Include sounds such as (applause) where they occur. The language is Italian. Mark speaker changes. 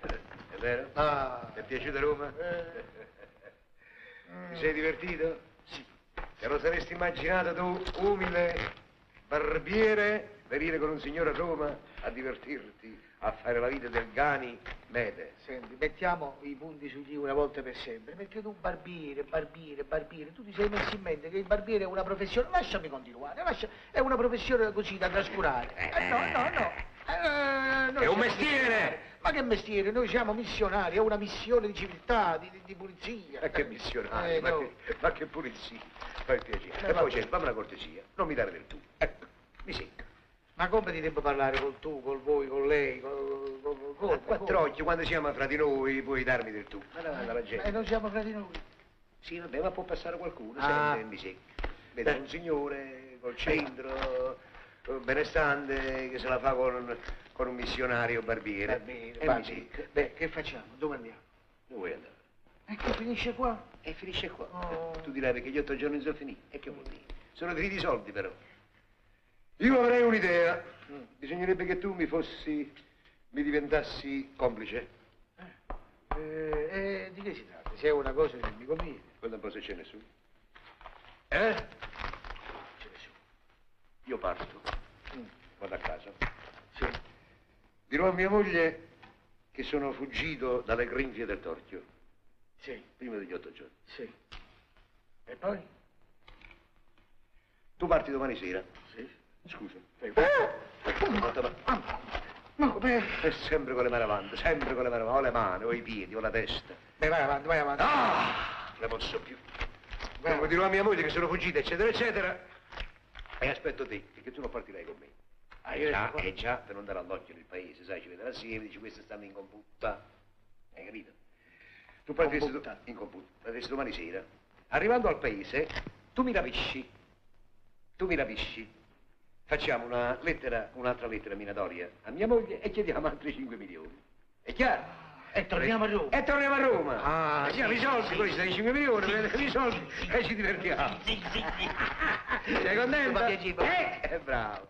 Speaker 1: È vero?
Speaker 2: Ah.
Speaker 1: Ti è piaciuta Roma?
Speaker 2: Eh.
Speaker 1: Ti sei divertito?
Speaker 2: Sì.
Speaker 1: Te lo saresti immaginato tu, umile barbiere, venire con un signore a Roma a divertirti, a fare la vita del Gani Mede?
Speaker 2: Senti, mettiamo i punti sugli i una volta per sempre, perché tu barbiere, barbiere, barbiere, tu ti sei messo in mente che il barbiere è una professione, lasciami continuare, lascia- è una professione così da trascurare. Eh, no, no, no. Eh, noi
Speaker 1: È un
Speaker 2: siamo
Speaker 1: mestiere!
Speaker 2: missionari. Ma che mestiere? Noi siamo missionari, è una missione di civiltà, di, di- di pulizia.
Speaker 1: Ma che missionario,
Speaker 2: Eh,
Speaker 1: ma,
Speaker 2: no.
Speaker 1: che, ma che pulizia, fai piacere.
Speaker 2: Eh,
Speaker 1: e
Speaker 2: va
Speaker 1: poi
Speaker 2: bene.
Speaker 1: c'è, fammi una cortesia, non mi dare del tu. Ecco, mi secca.
Speaker 2: Ma come ti devo parlare col tu, col voi, con lei, col, col, col,
Speaker 1: A
Speaker 2: col
Speaker 1: quattro occhi, quando siamo fra di noi, puoi darmi del tu. Ma davanti alla gente.
Speaker 2: E non siamo fra di Eh, noi.
Speaker 1: Sì, vabbè, ma può passare qualcuno,
Speaker 2: Ah.
Speaker 1: sente, mi secca. Vedo un signore col centro, eh, benestante, che se la fa con, con un missionario barbiere.
Speaker 2: Va bene,
Speaker 1: e
Speaker 2: va
Speaker 1: mi
Speaker 2: bene.
Speaker 1: secca.
Speaker 2: Eh, Beh, che facciamo? Dove andiamo?
Speaker 1: Dove vuoi andare?
Speaker 2: E che finisce qua?
Speaker 1: E finisce qua.
Speaker 2: Oh.
Speaker 1: Tu dirai perché gli otto giorni non sono finiti. E che vuol dire? Sono finiti i soldi però. Mm. Io avrei un'idea. Bisognerebbe che tu mi fossi. mi diventassi complice.
Speaker 2: Eh, eh, di che si tratta? Se è una cosa che mi conviene.
Speaker 1: Guarda un po' se c'è nessuno. Eh?
Speaker 2: C'è nessuno.
Speaker 1: Io parto. Vado a casa.
Speaker 2: Mm, Sì.
Speaker 1: Dirò a mia moglie che sono fuggito dalle grinfie del torchio.
Speaker 2: Sì,
Speaker 1: Prima degli otto giorni.
Speaker 2: sì. E poi?
Speaker 1: Tu parti domani sera.
Speaker 2: Sì.
Speaker 1: Scusa.
Speaker 2: Prego.
Speaker 1: Ma-
Speaker 2: Ma Ah! come?
Speaker 1: E sempre con le mani avanti, sempre con le mani avanti, o le mani, o i piedi, o la testa.
Speaker 2: Beh, vai avanti, vai avanti.
Speaker 1: Ah! Non ne posso più.
Speaker 2: Vai
Speaker 1: Devo
Speaker 2: avanti.
Speaker 1: dirò a mia moglie che sono fuggita, eccetera, eccetera. E aspetto te, perché tu non partirai con me.
Speaker 2: Ah,
Speaker 1: Eh
Speaker 2: io
Speaker 1: già,
Speaker 2: resto qua.
Speaker 1: eh già, per non dare all'occhio nel paese, sai, ci vedrà assieme, dici, queste stanno in computta. Hai capito? Tu partiresti do-
Speaker 2: Computta.
Speaker 1: in computta, partiresti domani sera. Arrivando al paese, tu mi rapisci. Tu mi rapisci. Facciamo una lettera, un'altra lettera minatoria a mia moglie e chiediamo altri 5 milioni. È chiaro?
Speaker 2: E torniamo a Roma.
Speaker 1: E torniamo a Roma.
Speaker 2: Ah,
Speaker 1: Prendiamo
Speaker 2: sì,
Speaker 1: i soldi,
Speaker 2: sì.
Speaker 1: poi ci dai 5 milioni, prendiamo i soldi e ci divertiamo.
Speaker 2: Sì, sì, sì.
Speaker 1: (laughs) Sei contento?
Speaker 2: Mi fa piacere.
Speaker 1: Eh, bravo.